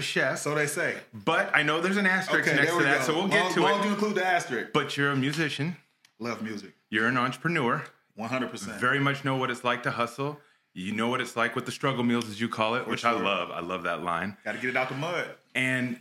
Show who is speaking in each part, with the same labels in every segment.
Speaker 1: chef.
Speaker 2: So they say.
Speaker 1: but I know there's an asterisk
Speaker 2: Okay,
Speaker 1: next
Speaker 2: there
Speaker 1: to
Speaker 2: we
Speaker 1: that,
Speaker 2: go.
Speaker 1: so we'll
Speaker 2: long,
Speaker 1: get to
Speaker 2: long
Speaker 1: it.
Speaker 2: to include the asterisk.
Speaker 1: but you're a musician.
Speaker 2: Love music,
Speaker 1: You're an entrepreneur.
Speaker 2: one hundred percent.
Speaker 1: Very much know what it's like to hustle. You know what it's like with the struggle meals, as you call it, which I
Speaker 2: sure.
Speaker 1: love. I love that line.
Speaker 2: Got to get it out the mud.
Speaker 1: And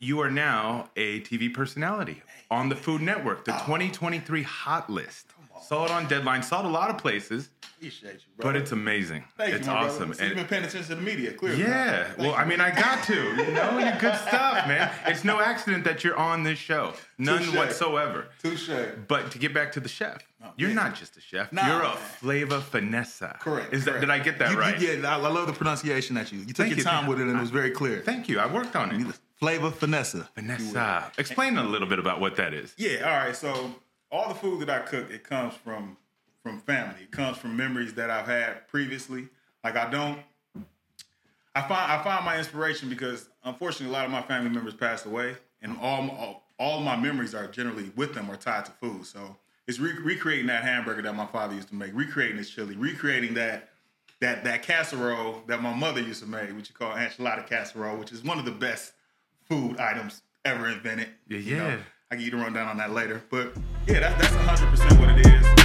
Speaker 1: you are now a TV personality on the Food Network, the
Speaker 2: Oh.
Speaker 1: 2023 Hot List. Saw it on Deadline. Saw it a lot of places,
Speaker 2: Appreciate you, bro.
Speaker 1: but it's amazing.
Speaker 2: Thank
Speaker 1: it's
Speaker 2: you, my
Speaker 1: awesome.
Speaker 2: Brother. So you've
Speaker 1: And-
Speaker 2: been paying attention to the media, clearly.
Speaker 1: yeah. Well, I mean, I got to. You know, you're good stuff, man. It's no accident that you're on this show. None
Speaker 2: Touche.
Speaker 1: whatsoever.
Speaker 2: Touche.
Speaker 1: But to get back to the chef, you're
Speaker 2: Oh, yeah.
Speaker 1: not just a chef.
Speaker 2: Nah,
Speaker 1: you're a
Speaker 2: man.
Speaker 1: flavor finessa.
Speaker 2: Correct.
Speaker 1: Is that
Speaker 2: correct.
Speaker 1: did I get that
Speaker 2: You- you-
Speaker 1: right?
Speaker 2: yeah, I, I love the pronunciation that you. You took
Speaker 1: Thank
Speaker 2: your
Speaker 1: you,
Speaker 2: time
Speaker 1: man.
Speaker 2: with it, and it was very clear.
Speaker 1: Thank you. I worked on it.
Speaker 2: Flavor Vanessa.
Speaker 1: Finessa. Explain a little bit about what that is.
Speaker 2: Yeah, all right. So all the food that I cook, it comes from from family. It comes from memories that I've had previously. Like I don't I find I find my inspiration because unfortunately a lot of my family members passed away and all all, all my memories are generally with them or tied to food. So it's re- recreating that hamburger that my father used to make, recreating this chili, recreating that that that casserole that my mother used to make, which you call enchilada casserole, which is one of the best food items ever invented.
Speaker 1: Yeah,
Speaker 2: you know.
Speaker 1: yeah.
Speaker 2: I can get a rundown on that later. But yeah, that's that's 100% what it is.